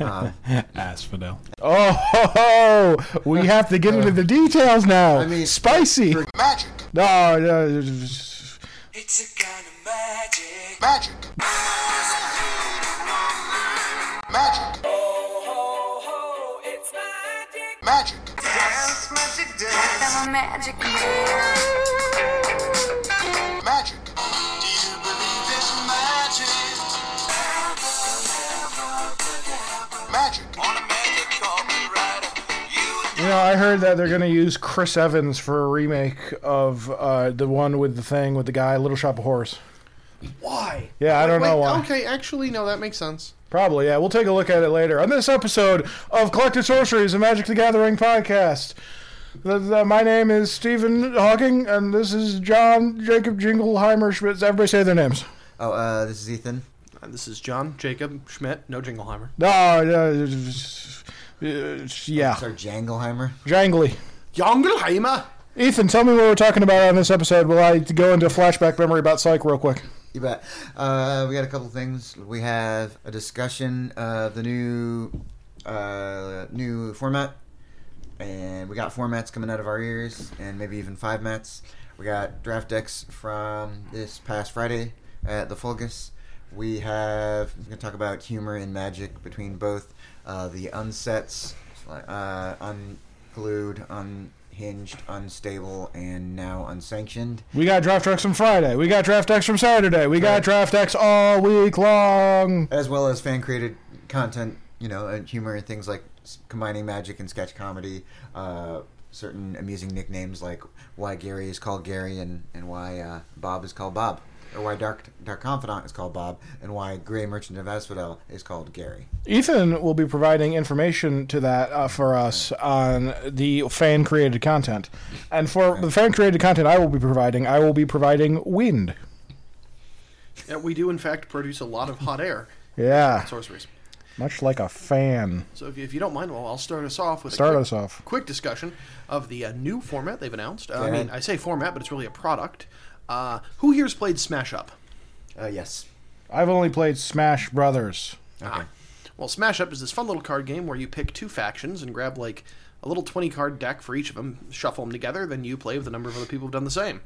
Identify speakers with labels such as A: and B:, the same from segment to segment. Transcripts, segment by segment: A: Um,
B: Asphodel.
C: Oh, ho, ho. Oh, we have to get into the details now.
A: I mean,
C: spicy.
A: for magic,
C: No, no.
D: It's a kind of magic.
A: magic, magic,
D: Oh, oh, it's magic.
A: magic.
D: Dance magic dance.
E: I'm a magic man.
A: Magic.
D: Do you believe in magic?
A: Magic.
D: On a magic carpet rider, you
C: You know, I heard that they're going to use Chris Evans for a remake of uh, the one with the thing with the guy, Little Shop of Horrors.
A: Why?
C: Yeah, I don't
A: Wait,
C: know why.
A: Okay, actually, no, that makes sense.
C: Probably, yeah. We'll take a look at it later on this episode of Collected Sorceries, the Magic the Gathering podcast. The, the, my name is Stephen Hawking, and this is John Jacob Jingleheimer Schmitz. Everybody say their names.
F: Oh, uh, this is Ethan.
A: Uh, This is John Jacob Schmidt, no Jingleheimer.
C: No, uh, uh, yeah,
F: Sir Jangleheimer.
C: jangly.
A: Jingleheimer.
C: Ethan, tell me what we're talking about on this episode. Will I go into flashback memory about Psych real quick?
F: You bet. Uh, we got a couple things. We have a discussion of the new uh, new format, and we got four mats coming out of our ears, and maybe even five mats. We got draft decks from this past Friday at the Fulgus. We have we're gonna talk about humor and magic between both uh, the unsets, uh, unglued, unhinged, unstable, and now unsanctioned.
C: We got draft X from Friday. We got draft X from Saturday. We got draft X all week long.
F: as well as fan created content, you know, and humor and things like s- combining magic and sketch comedy. Uh, certain amusing nicknames like why Gary is called Gary and and why uh, Bob is called Bob, or why Dark Dark Confidant is called Bob, and why Gray Merchant of Asphodel is called Gary.
C: Ethan will be providing information to that uh, for us on the fan created content. And for the fan created content I will be providing, I will be providing wind.
A: Yeah, we do, in fact, produce a lot of hot air
C: Yeah,
A: sorceries.
C: much like a fan.
A: So if you, if you don't mind, well, I'll start us off with a
C: Start
A: quick,
C: us off.
A: quick discussion of the uh, new format they've announced. Uh, I
F: Yeah.
A: mean, I say format, but it's really a product. Uh, who here's played Smash Up?
F: Uh, yes.
C: I've only played Smash Brothers.
A: Ah. Well, Smash Up is this fun little card game where you pick two factions and grab like a little 20 card deck for each of them, shuffle them together, then you play with a number of other people who've done the same.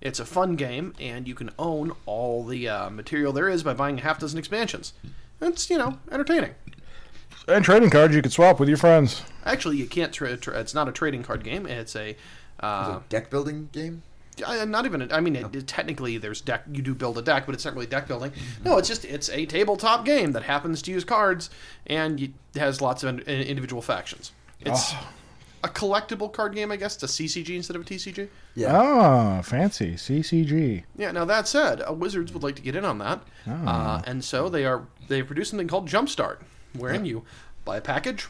A: It's a fun game, and you can own all the uh, material there is by buying a half dozen expansions. It's, you know, entertaining.
C: And trading cards you could swap with your friends.
A: Actually, you can't. Tra- tra- it's not a trading card game. It's a. Uh,
F: Deck building game.
A: I- not even. I mean, it, technically, there's deck. You do build a deck, but it's not really deck building. No, it's just it's a tabletop game that happens to use cards and you, has lots of in, in- individual factions. It's a collectible card game, I guess. It's a CCG instead of a TCG.
F: Yeah.
C: Ah, fancy. CCG.
A: Yeah. Now that said, uh, Wizards would like to get in on that,
C: Oh.
A: uh, and so they are they produced something called Jumpstart, wherein you buy a package,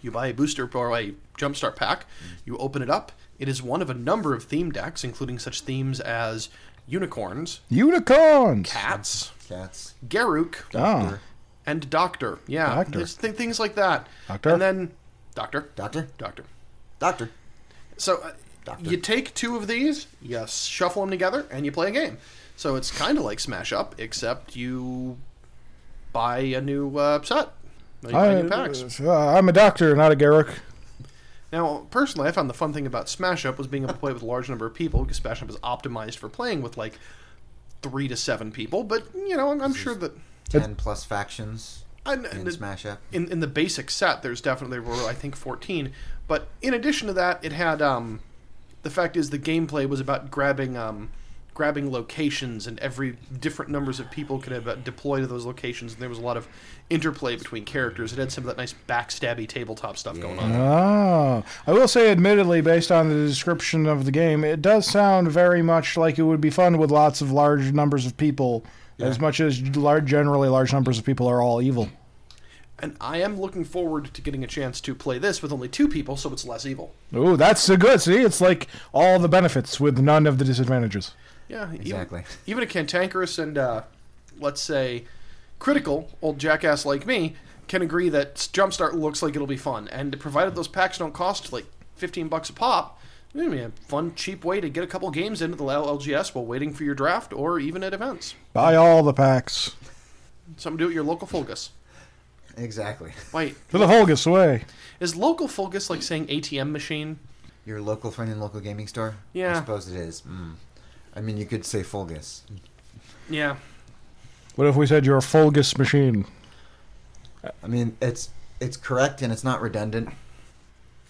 A: you buy a booster or a Jumpstart pack,
C: Mm.
A: you open it up. It is one of a number of theme decks, including such themes as unicorns,
C: Unicorns.
A: cats,
F: Cats.
A: Garuk,
C: Ah,
A: and Doctor. Yeah,
C: Doctor.
A: there's thi- things like that.
C: Doctor?
A: and then Doctor,
F: Doctor.
A: Doctor.
F: Doctor.
A: So uh,
F: Doctor.
A: you take two of these, you s- shuffle them together, and you play a game. So it's kind of like Smash Up, except you buy a new uh, set. You buy
C: I,
A: new packs.
C: am a doctor, not a Garrick.
A: Now, personally, I found the fun thing about Smash Up was being able to play with a large number of people because Smash Up is optimized for playing with like three to seven people. But you know, I'm, I'm sure that
F: Ten plus factions
A: I,
F: in Smash Up.
A: in, in the basic set, there's definitely there were I think 14. But in addition to that, it had um, the fact is the gameplay was about grabbing um, grabbing locations and every different numbers of people could have uh, deployed to those locations. And there was a lot of interplay between characters. It had some of that nice backstabby tabletop stuff going on.
C: Oh, I will say, admittedly, based on the description of the game, it does sound very much like it would be fun with lots of large numbers of people. As much as large, generally large numbers of people are all evil.
A: And I am looking forward to getting a chance to play this with only two people, so it's less evil.
C: Ooh, that's a good. See, it's like all the benefits with none of the disadvantages.
A: Yeah, even-
F: Exactly.
A: even a cantankerous and uh, let's say critical old jackass like me can agree that Jumpstart looks like it'll be fun, and provided those packs don't cost like fifteen bucks a pop, it'll be a fun, cheap way to get a couple games into the LGS while waiting for your draft or even at events.
C: Buy all the packs.
A: Something to do at your local Fulgus.
F: Exactly.
A: Wait,
C: To the Holgus way.
A: is local Fulgus like saying ATM machine?
F: Your local friend and local gaming store? I
A: Yeah.
F: suppose it is. Mm. I mean, you could say Fulgus.
A: Yeah.
C: What if we said you're a Fulgus machine?
F: I mean, it's it's correct and it's not redundant.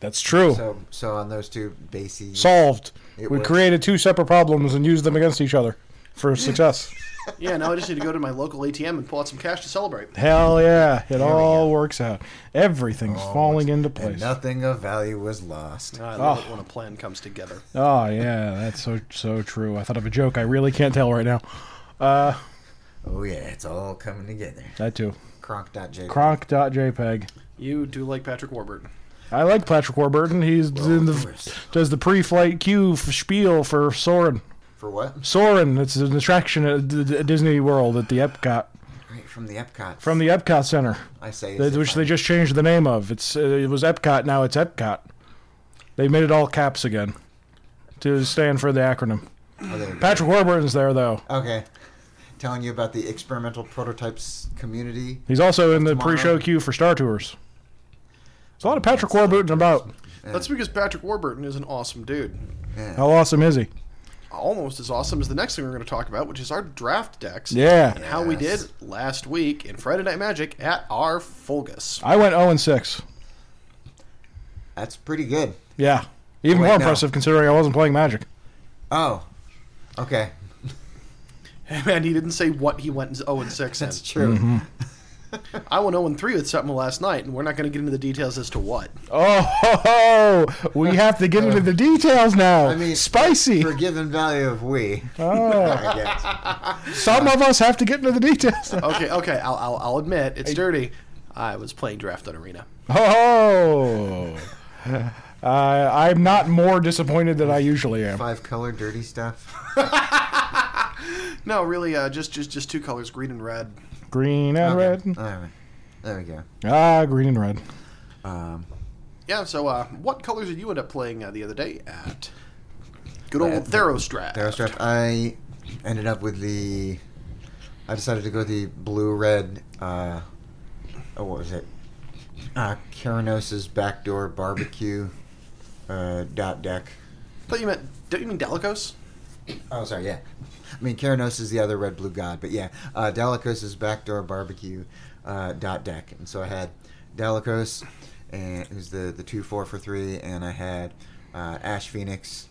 C: That's true.
F: So so on those two bases.
C: Solved.
F: It
C: we
F: was-
C: created two separate problems and used them against each other for success.
A: Yeah, now I just need to go to my local ATM and pull out some cash to celebrate.
C: Hell yeah. It all works out. Everything's
F: Almost.
C: falling into
F: and
C: place.
F: Oh, nothing of value was lost.
A: Ah, I love it
C: Oh.
A: when a plan comes together.
C: Oh yeah, that's so so true. I thought of a joke. I really can't tell right now. Uh,
F: Oh yeah, it's all coming together.
C: that too.
F: Cronk.j.
C: Cronk.jpg.
A: You do like Patrick Warburton.
C: I like Patrick Warburton. He's
F: Well,
C: in
F: of
C: the
F: course.
C: does the pre-flight queue f spiel for Soren.
F: For what?
C: Soren, it's an attraction at D- D- Disney World at the Epcot
F: Right from the Epcot.
C: from the Epcot Center,
F: I say. as
C: that-
F: if
C: which
F: I'm-
C: they just changed the name of. It's uh, it was Epcot, now it's Epcot. They made it all caps again to stand for the acronym.
F: oh, there you go.
C: Patrick Warburton's there though.
F: Okay. Telling you about the experimental prototypes community.
C: He's also in the
F: Tomorrow.
C: pre-show queue for Star Tours. There's a lot of Patrick Warburton about.
A: That's because Patrick Warburton is an awesome dude.
F: Yeah.
C: How awesome is he?
A: Almost as awesome as the next thing we're going to talk about, which is our draft decks.
C: Yeah.
A: And how we did
F: Yes.
A: last week in Friday Night Magic at our Fulgus.
C: I went 0 and 6.
F: That's pretty good.
C: Yeah. Even
F: Wait,
C: more
F: no.
C: impressive considering I wasn't playing Magic.
F: Oh. Okay.
A: Man, he didn't say what he went 0 and 6 in.
F: That's true.
C: Mm-hmm.
A: I went 0 and 3 with something last night, and we're not going to get into the details as to what.
C: Oh, ho, ho. we have to get into the details now.
F: Oh, I mean,
C: spicy.
F: For given value of we.
C: Oh,
F: I guess.
C: some of us have to get into the details. Now.
A: Okay, okay, I'll, I'll, I'll admit, it's dirty. I was playing Draft on Arena.
C: Oh, uh, I'm not more disappointed than I usually am.
F: Five color dirty stuff.
A: No, really, uh, just, just just two colors, green and red.
C: Green and
F: Okay.
C: red.
F: All right. There we go.
C: Ah, green and red.
F: Um,
A: Yeah, so uh, what colors did you end up playing uh, the other day at good
F: Uh,
A: old Theros Draft?
F: Theros draft. I ended up with the. I decided to go the blue red. Uh, oh, what was it? Uh, Keranos's backdoor barbecue uh, dot deck.
A: thought you meant, don't you mean Delicos?
F: Oh, sorry, yeah. I mean, Keranos is the other red blue god, but yeah, uh, Delicos is backdoor barbecue uh, dot deck, and so I had Delicos, and who's the the two four for three, and I had uh, Ash Phoenix,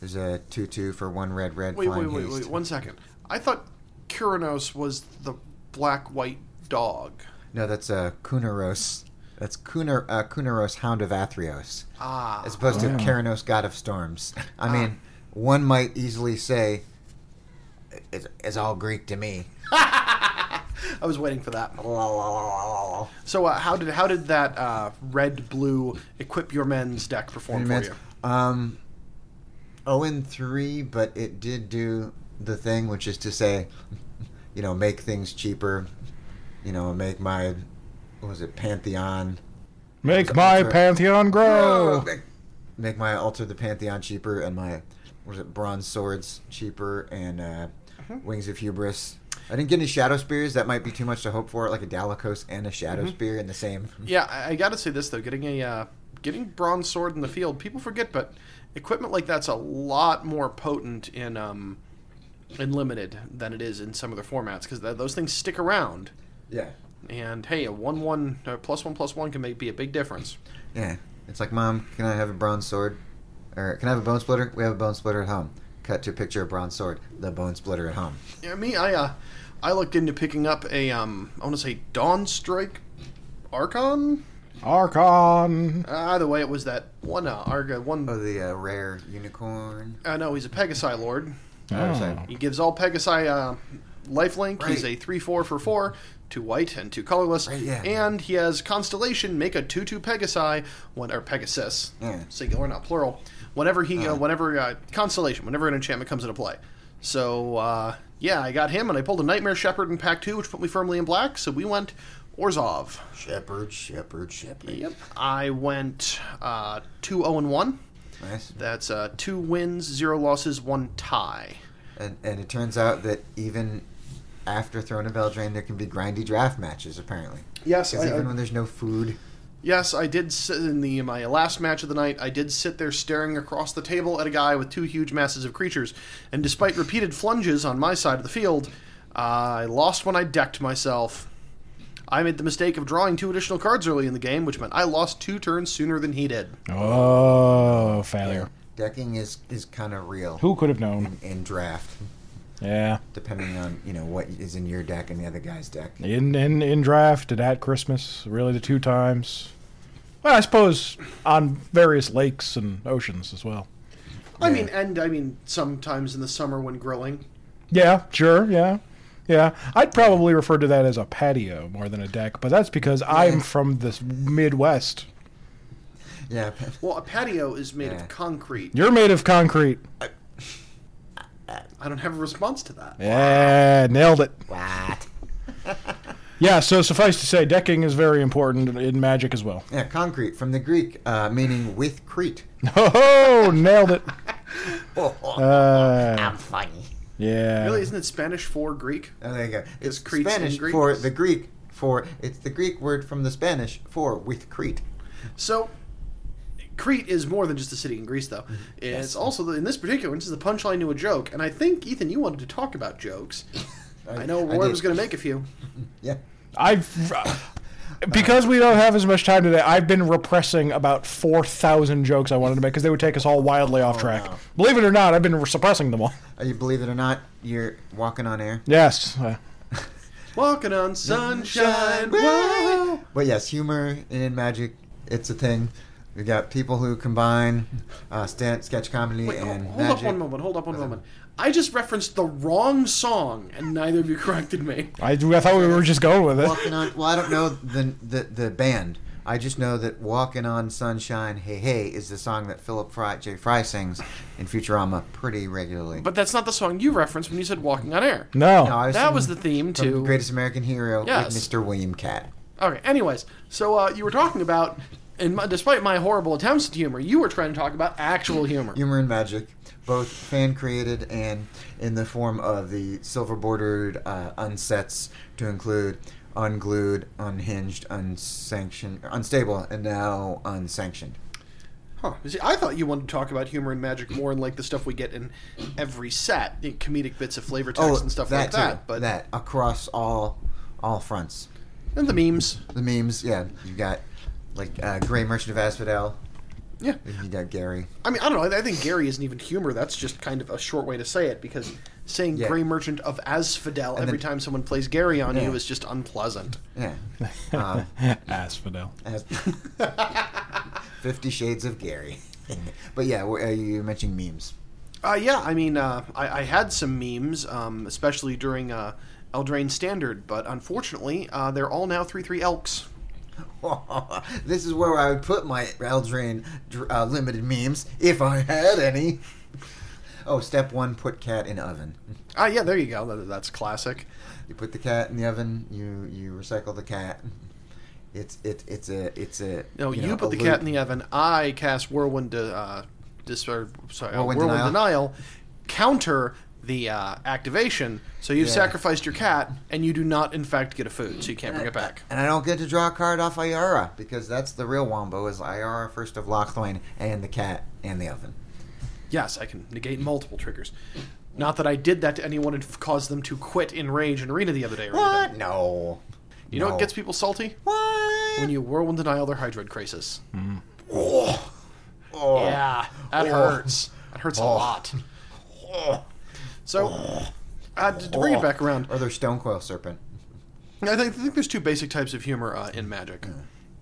F: who's a two two for one red red.
A: Wait, wait,
F: flying
A: wait,
F: haste.
A: wait, one second. I thought Kyranos was the black-white dog.
F: No, that's uh, Kunaros. That's Kunar, uh, Kunaros, Hound of Athreos,
A: Ah,
F: as opposed
C: Wow.
F: to Keranos, God of Storms. I mean, one might easily say it's, it's all Greek to me.
A: I was waiting for that.
F: La, la, la, la, la, la.
A: So uh, how did how did that uh, red blue equip your men's deck perform for
F: Minimans.
A: you?
F: Um, oh and three, but it did do the thing, which is to say, you know, make things cheaper. You know, make my what was it Pantheon?
C: Make
F: That's
C: my
F: right.
C: pantheon grow.
F: Make, make my altar the Pantheon cheaper, and my what was it bronze swords cheaper, and uh, wings of hubris. I didn't get any shadow spears. That might be too much to hope for. Like a Dalakos and a shadow spear in the same.
A: Yeah, I, I got to say this though, getting a uh, getting bronze sword in the field, people forget, but equipment like that's a lot more potent in um, in limited than it is in some other formats because th- those things stick around.
F: Yeah,
A: And hey, a one one uh, plus one plus one can make be a big difference.
F: yeah. It's like, mom, can I have a bronze sword? Or can I have a bone splitter? We have a bone splitter at home. Cut to a picture of bronze sword, the bone splitter at home.
A: Yeah, me, I uh, I looked into picking up a um, I want to say Dawn Strike Archon.
C: Archon.
A: Uh, either way, it was that one uh, Arga one.
F: Oh, the uh, rare unicorn.
A: Uh, no, he's a Pegasi Lord.
F: Oh, sorry.
A: He gives all Pegasi uh, lifelink. He's
F: Right.
A: a 3 4 for 4, 2 white and 2 colorless.
F: Right, yeah.
A: And he has Constellation, make a 2 2 Pegasi, when, or Pegasus,
F: Yeah. Uh-huh.
A: singular, not plural. Whenever he, uh, whenever, uh, Constellation, whenever an enchantment comes into play. So, uh, yeah, I got him, and I pulled a Nightmare Shepherd in Pack 2, which put me firmly in black, so we went Orzov.
F: Shepherd, shepherd, shepherd.
A: Yep. I went uh, 2 0 and 1.
F: Nice.
A: That's uh, two wins, zero losses, one tie.
F: And, and it turns out that even after Throne of Eldraine, there can be grindy draft matches, apparently.
A: Yes,
F: Because
A: I,
F: even
A: I-
F: when there's no food,
A: yes, I did sit in the my last match of the night. I did sit there staring across the table at a guy with two huge masses of creatures, and despite repeated flunges on my side of the field, uh, I lost when I decked myself. I made the mistake of drawing two additional cards early in the game, which meant I lost two turns sooner than he did.
C: Oh, failure.
F: decking is is kind of real
C: Who could have known?
F: in draft,
C: Yeah.
F: depending on you know what is in your deck and the other guy's deck.
C: In in in draft and at Christmas, really the two times. Well, I suppose on various lakes and oceans as well.
A: I mean, and I mean, sometimes in the summer when grilling.
C: Yeah, sure, yeah. Yeah, I'd probably refer to that as a patio more than a deck, but that's because I'm from the Midwest.
F: Yeah,
A: Well, a patio is made
F: Yeah.
A: of concrete.
C: You're made of concrete.
A: I don't have a response to that.
C: Yeah, nailed it.
F: what?
C: Yeah, so suffice to say, decking is very important in Magic as well.
F: Yeah, concrete from the Greek, uh, meaning with Crete.
C: Oh, nailed it.
F: Oh,
C: Uh,
F: I'm funny.
C: yeah.
A: Really, isn't it Spanish for Greek?
F: Oh, there you go. It's
A: Cretes and
F: Spanish
A: Greeks.
F: for the Greek for it's the Greek word from the Spanish for with Crete.
A: So, Crete is more than just a city in Greece, though.
F: Mm-hmm.
A: It's also the, in this particular instance the punchline to a joke, and I think Ethan, you wanted to talk about jokes. I know Roy
F: did.
A: was going to make a few.
F: Yeah.
C: I've because we don't have as much time today. I've been repressing about four thousand jokes I wanted to make because they would take us all wildly off track.
F: wow.
C: Believe it or not, I've been suppressing them all.
F: Uh, You believe it or not, you're walking on air.
C: Yes, uh,
A: Walking on sunshine.
F: Whoa.
A: Whoa.
F: But yes, humor in magic, it's a thing. We got people who combine uh, stand, sketch comedy
A: Wait,
F: and
A: hold, hold
F: magic.
A: up one moment. Hold up one moment. I just referenced the wrong song, and neither of you corrected me.
C: I, I thought we were just going with it.
F: Walking on. Well, I don't know the, the the band. I just know that "Walking on Sunshine, Hey Hey" is the song that Philip Fry, J. Fry sings in Futurama pretty regularly.
A: But that's not the song you referenced when you said "Walking on Air."
C: No,
F: No, I
A: That was the
F: thinking
A: theme
F: from
A: to
F: Greatest American Hero
A: Yes.
F: with Mr. William Cat.
A: Okay. Anyways, so uh, you were talking about, and my, despite my horrible attempts at humor, you were trying to talk about actual humor.
F: Humor and magic, both fan created and in the form of the silver bordered uh, unsets to include unglued, unhinged, unsanctioned, unstable, and now unsanctioned.
A: Huh. You See, I thought you wanted to talk about humor and magic more, and like the stuff we get in every set, in comedic bits of flavor text and stuff like
F: too.
A: that. But
F: Oh, that across all all fronts.
A: and the memes.
F: The memes, yeah. You got like uh, Gray Merchant of Asphodel.
A: Yeah.
F: You got Gary.
A: I mean, I don't know. I, I think Gary isn't even humor. That's just kind of a short way to say it because saying
F: Yeah.
A: Gray Merchant of Asphodel
F: then-
A: every time someone plays Gary on
F: Yeah.
A: you is just unpleasant.
F: Yeah. Um,
C: asphodel.
F: as- Fifty Shades of Gary. but yeah, wh- uh, you were mentioning memes.
A: Uh, yeah, I mean, uh, I, I had some memes, um, especially during uh, Eldraine Standard, but unfortunately, uh, they're all now 3 3 Elks.
F: this is where I would put my Eldrain dr- uh, limited memes if I had any. Oh, step one: put cat in oven.
A: Ah, yeah, there you go. That, that's classic.
F: You put the cat in the oven. You you recycle the cat. It's it, it's a it's a
A: No, you,
F: know,
A: put
F: a
A: the
F: loop.
A: cat in the oven. I cast Whirlwind, to, uh, dis- or, sorry, uh,
F: Whirlwind
A: Whirlwind,
F: Denial.
A: denial. counter the uh, activation, so you've
F: Yeah.
A: sacrificed your cat, and you do not, in fact, get a food, so you can't bring it back.
F: And I don't get to draw a card off Iara because that's the real wombo is Iara first of Lochthwain and the cat and the oven.
A: Yes, I can negate multiple triggers. Not that I did that to anyone and f- caused them to quit in rage in Arena the other day or anything.
F: No.
A: You know what gets people salty?
F: What?
A: when you whirlwind denial their hydroid crisis.
F: Oh. Oh.
A: Yeah, that
F: Oh.
A: hurts. That hurts a
F: Oh.
A: lot. So, uh, to to bring it back around,
F: Or their stone coil serpent.
A: I think, I think there's two basic types of humor uh, in Magic.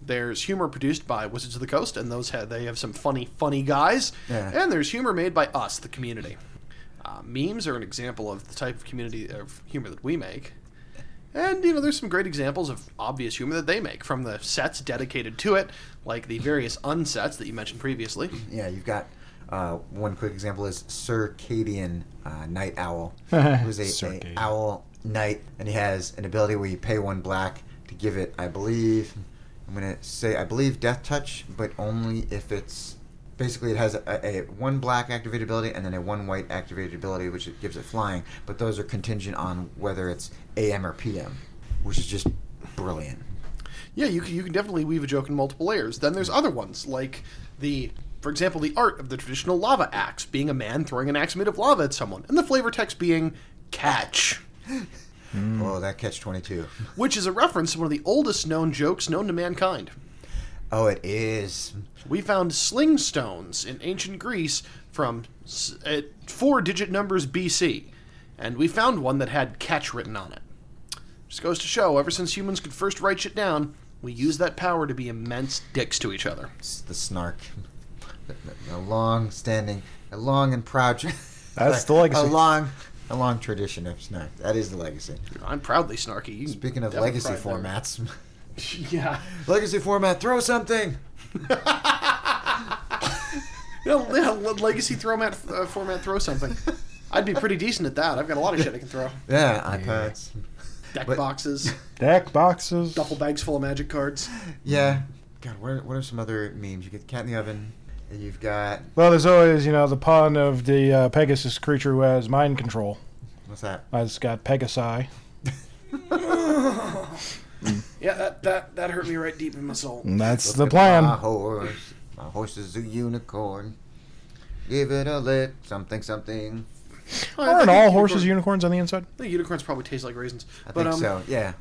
A: There's humor produced by Wizards of the Coast, and those have, they have some funny, funny guys.
F: Yeah.
A: And there's humor made by us, the community. Uh, memes are an example of the type of community of humor that we make. And you know, there's some great examples of obvious humor that they make from the sets dedicated to it, like the various unsets that you mentioned previously.
F: Yeah, you've got uh, one quick example is Circadian uh, Night Owl, who's a, a
C: Circadian.
F: owl knight, and he has an ability where you pay one black to give it, I believe, I'm gonna say I believe Death Touch, but only if it's basically it has a, a one black activated ability and then a one white activated ability, which it gives it flying, but those are contingent on whether it's AM or PM, which is just brilliant.
A: yeah, you can, you can definitely weave a joke in multiple layers. Then there's other ones like the, for example, the art of the traditional lava axe being a man throwing an axe made of lava at someone, and the flavor text being catch,
F: Oh, that catch twenty two.
A: which is a reference to one of the oldest known jokes known to mankind.
F: Oh, it is.
A: We found sling stones in ancient Greece from s- at four-digit numbers BC, and we found one that had catch written on it. Just goes to show, ever since humans could first write shit down, we use that power to be immense dicks to each other.
F: It's the snark. A long standing, a long and proud. Tra-
C: That's the legacy.
F: A long, a long tradition of snark. That is the legacy.
A: I'm proudly snarky. You
F: Speaking of
A: definitely
F: legacy
A: pride there.
F: formats,
A: yeah.
F: legacy format. Throw something.
A: No, yeah, le- legacy format, uh, format throw something. I'd be pretty decent at that. I've got a lot of shit I can throw.
F: Yeah, iPads.
A: Deck
F: But-
A: boxes,
C: Deck boxes.
A: duffel bags full of magic cards.
F: Yeah. God, what, what are some other memes? You get cat in the oven, and you've got
C: Well, there's always, you know, the pun of the uh, Pegasus creature who has mind control.
F: what's that?
C: It's got Pegasi.
A: Yeah, that, that, that hurt me right deep in my soul.
F: Mm.
C: And that's the
F: Look at My
C: plan.
F: horse, my horse is a unicorn. Give it a lick, something, something.
C: Aren't all horses unicorns on the inside?
A: I think unicorns probably taste like raisins.
F: I
A: but
F: think
A: um,
F: so. Yeah.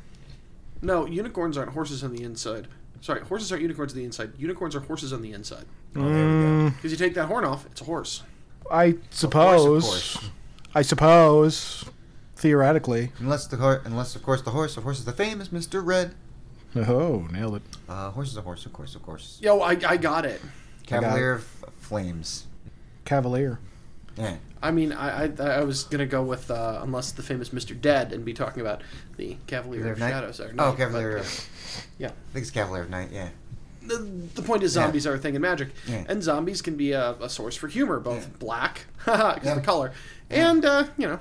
A: no, unicorns aren't horses on the inside. Sorry, horses aren't unicorns on the inside. Unicorns are horses on the inside.
F: Oh, there we go.
A: Because you take that horn off, it's a horse.
C: I
F: course,
C: suppose.
F: of course.
C: I suppose. Theoretically.
F: Unless the horse, unless of course the horse, of course is the famous Mr. Red.
C: Oh, nailed it.
F: Uh, horse is a horse, of course, of course.
A: Yo, I, I got it.
F: Cavalier of Flames.
C: Cavalier.
F: Yeah.
A: I mean, I I, I was gonna go with uh, unless the famous Mister Dead and be talking about the Cavalier of
F: Knight-
A: Shadows. or
F: Oh,
A: Knight,
F: Cavalier.
A: but, uh,
F: Of,
A: yeah.
F: I think it's Cavalier of Night. Yeah.
A: the, the point is
F: Yeah.
A: zombies are a thing in magic,
F: Yeah.
A: and zombies can be a, a source for humor, both
F: Yeah.
A: black because
F: Yeah.
A: of the color, and uh, you know,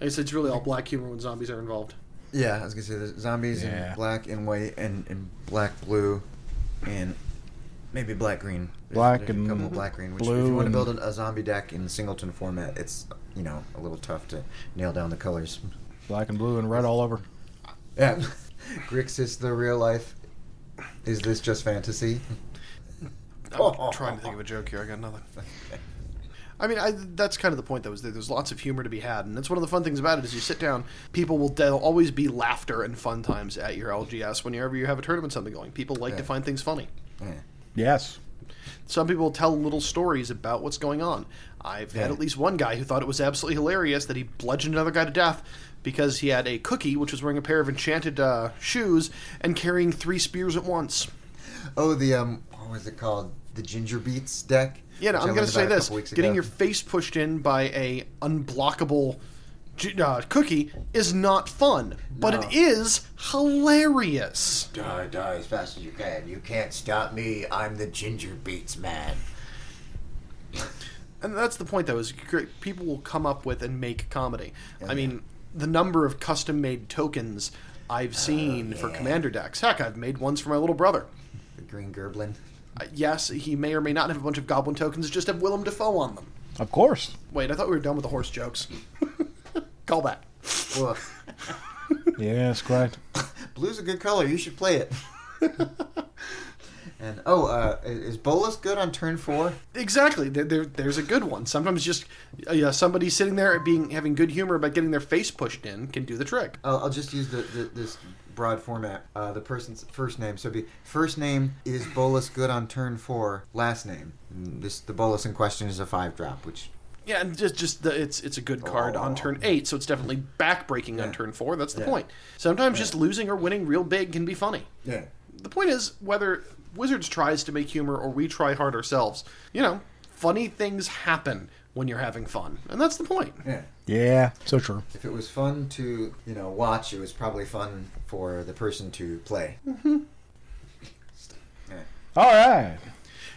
A: it's it's really all black humor when zombies are involved.
F: Yeah, I was gonna say the zombies
C: Yeah.
F: in black and white and, and black blue, and maybe black green. There's-
C: Black
F: there's a
C: and
F: couple of black green. Which if
C: blue
F: you want to
C: and-
F: build a zombie deck in singleton format, it's you know a little tough to nail down the colors.
C: Black and blue and red all over.
F: Yeah, Grix is the real life. Is this just fantasy?
A: I'm trying to think of a joke here. I got nothing. I mean, I, that's kind of the point, though. Is that there's lots of humor to be had, and that's one of the fun things about it. Is you sit down, people will there'll always be laughter and fun times at your LGS whenever you have a tournament something going. People like to
F: Yeah.
A: find things funny.
F: Yeah.
C: Yes.
A: Some people tell little stories about what's going on. I've had
F: Yeah.
A: at least one guy who thought it was absolutely hilarious that he bludgeoned another guy to death because he had a cookie which was wearing a pair of enchanted uh, shoes and carrying three spears at once.
F: Oh, the um, what was it called? The ginger beets deck.
A: Yeah, no,
F: which
A: I'm
F: I
A: going
F: learned
A: to say
F: about a
A: this:
F: couple weeks
A: getting
F: ago.
A: your face pushed in by a unblockable j- uh, cookie is not fun, but
F: No.
A: it is hilarious.
F: Die, die as fast as you can. You can't stop me. I'm the ginger beets man.
A: And that's the point, though, is cr- people will come up with and make comedy.
F: Oh, Yeah.
A: I mean, the number of custom-made tokens I've seen for
F: Oh, yeah.
A: commander decks. Heck, I've made ones for my little brother.
F: The green gerblin.
A: Uh, yes, he may or may not have a bunch of goblin tokens, just have Willem Dafoe on them.
C: Of course.
A: Wait, I thought we were done with the horse jokes. Call back.
F: Woof.
C: Yes, quite.
F: Blue's a good color. You should play it. and oh, uh, is Bolus good on turn four?
A: Exactly. There, there, there's a good one. Sometimes just uh, yeah, somebody sitting there being having good humor about getting their face pushed in can do the trick.
F: I'll, I'll just use the, the this broad format. Uh, the person's first name. So it'd be first name is Bolus good on turn four. Last name. And This the Bolus in question is a five drop, which
A: Yeah, and just just the, it's it's a good card on turn eight, so it's definitely backbreaking on turn four. That's the
F: Yeah.
A: point. Sometimes just losing or winning real big can be funny.
F: yeah.
A: The point is whether Wizards tries to make humor or we try hard ourselves. You know, funny things happen when you're having fun, and that's the point.
F: Yeah.
C: Yeah. So true.
F: If it was fun to, you know, watch, it was probably fun for the person to play. Yeah.
C: All right.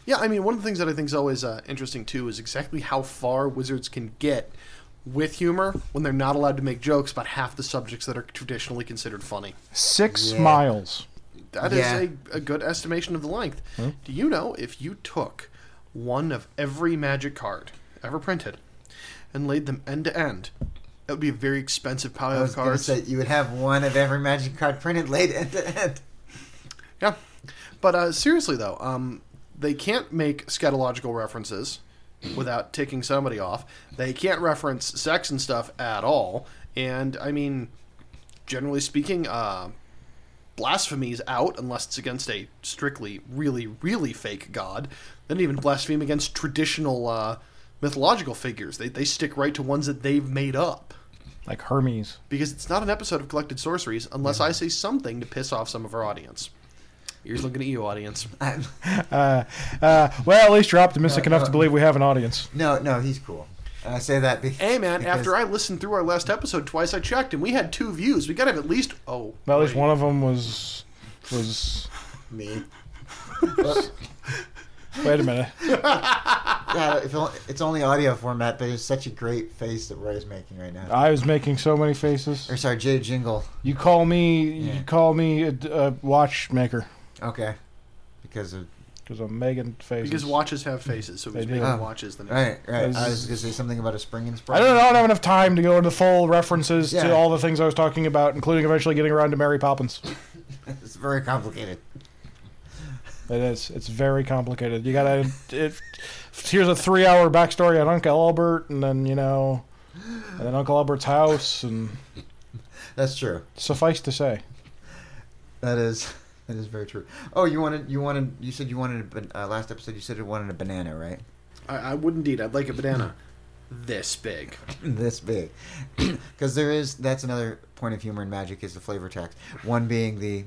A: Yeah, I mean, one of the things that I think is always uh, interesting too is exactly how far wizards can get with humor when they're not allowed to make jokes about half the subjects that are traditionally considered funny.
C: Six
F: Yeah.
C: miles.
A: That is
F: Yeah. Hmm?
A: a, a good estimation of the length. Do you know if you took one of every magic card ever printed and laid them end to end, that would be a very expensive pile
F: I
A: of
F: was going to
A: cards.
F: say you would have one of every magic card printed late end to end.
A: Yeah, but uh, seriously though, um, they can't make scatological references without ticking somebody off. They can't reference sex and stuff at all. And I mean, generally speaking, uh, blasphemy is out unless it's against a strictly, really, really fake god. They don't even blaspheme against traditional uh, mythological figures. They they stick right to ones that they've made up
C: Like Hermes.
A: because it's not an episode of Collected Sorceries unless I say something to piss off some of our audience. Here's looking at you, audience.
C: Uh, uh, well, at least you're optimistic
F: Uh,
C: enough
F: uh,
C: to believe we have an audience.
F: No, no, he's cool. And I say that because,
A: Hey, man,
F: because-
A: after I listened through our last episode twice, I checked and we had two views. We got to have at least, oh.
C: Well, at least
A: wait.
C: one of them was was.
F: me.
C: Wait a minute.
F: Yeah, if only- it's only audio format, but it's such a great face that Roy's making right now.
C: I was making so many faces.
F: or sorry, Jay Jingle.
C: You call me.
F: Yeah.
C: You call me a, a watchmaker
F: Okay, because of
C: because I'm making faces.
A: Because watches have faces, so
C: They
A: he's
C: do.
A: making
F: Oh.
A: watches. Then
F: right, right. I
C: Is-
F: was gonna say something about a spring and spring.
C: I don't know. I don't have enough time to go into full references
F: Yeah.
C: to all the things I was talking about, including eventually getting around to Mary Poppins.
F: It's very complicated.
C: It is. It's very complicated. You gotta. It, here's a three-hour backstory on Uncle Albert, and then you know, and then Uncle Albert's house, and
F: That's true.
C: suffice to say,
F: That is that is very true. Oh, you wanted you wanted you said you wanted a, ban- uh, last episode. You said you wanted a banana, right?
A: I, I would indeed. I'd like a banana this big.
F: this big because there is that's another point of humor in magic is the flavor text one being the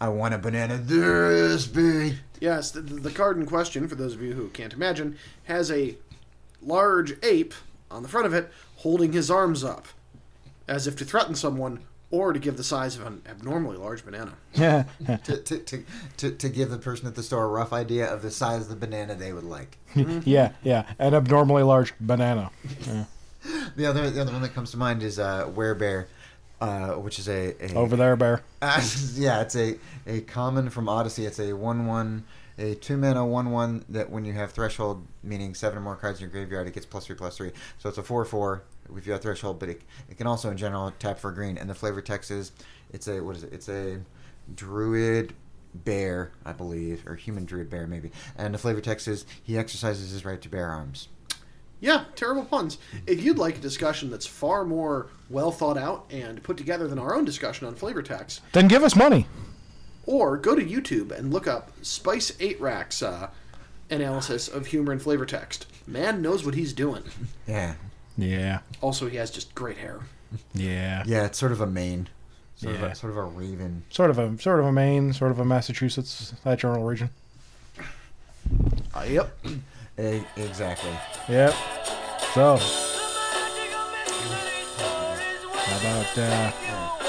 F: i want a banana this big
A: Yes, the, the card in question, for those of you who can't imagine, has a large ape on the front of it holding his arms up as if to threaten someone or to give the size of an abnormally large banana.
C: yeah.
F: to, to, to, to, to give the person at the store a rough idea of the size of the banana they would like
C: yeah, yeah, an abnormally large banana.
F: the other the other one that comes to mind is uh were bear uh, which is a, a
C: Over there, bear.
F: Uh, yeah, it's a, a common from Odyssey. It's a one one, a two mana one one that when you have threshold, meaning seven or more cards in your graveyard, it gets plus three plus three. So it's a four four if you have threshold, but it, it can also in general tap for green. And the flavor text is it's a what is it? It's a druid bear, I believe, or human druid bear maybe. And the flavor text is he exercises his right to bear arms.
A: Yeah, terrible puns. If you'd like a discussion that's far more well thought out and put together than our own discussion on flavor tax,
C: Then give us money.
A: or go to YouTube and look up Spice 8 Racks uh, analysis of humor and flavor text. Man knows what he's doing.
F: Yeah,
C: Yeah,
A: Also, he has just great hair.
C: yeah.
F: yeah, it's sort of a main, sort of
C: Yeah.
F: a, sort of a raven.
C: Sort of a sort of a Maine, sort of a Massachusetts, that general region.
A: yep.
F: E- exactly.
C: Yep. So, how about uh,